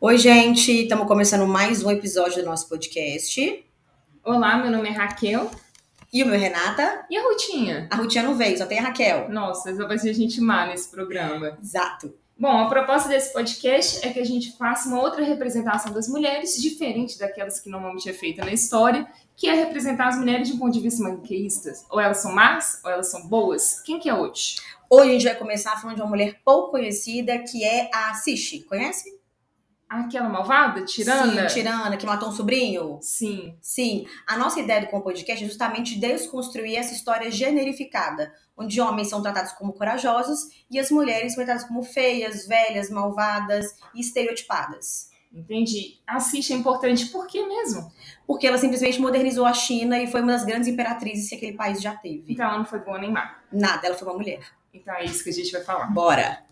Oi, gente, estamos começando mais um episódio do nosso podcast. Olá, meu nome é Raquel. E o meu é Renata, E a Rutinha? a Rutinha não veio, só tem a Raquel. Nossa, só vai ser gente má nesse programa. Exato. Bom, a proposta desse podcast é que a gente faça uma outra representação das mulheres, diferente daquelas que normalmente é feita na história, que é representar as mulheres de um ponto de vista maniqueísta. Ou elas são más, ou elas são boas. Quem que é hoje? Hoje a gente vai começar falando de uma mulher pouco conhecida, que é a Sishi. Conhece? Aquela malvada? Tirana? Sim, Tirana, que matou um sobrinho. Sim. Sim, a nossa ideia do Com Podcast é justamente desconstruir essa história generificada, onde homens são tratados como corajosos e as mulheres são tratadas como feias, velhas, malvadas e estereotipadas. Entendi. Assiste é importante. Por quê mesmo? Porque ela simplesmente modernizou a China e foi uma das grandes imperatrizes que aquele país já teve. Então ela não foi boa nem má. Nada, ela foi uma mulher. Então é isso que a gente vai falar. Bora!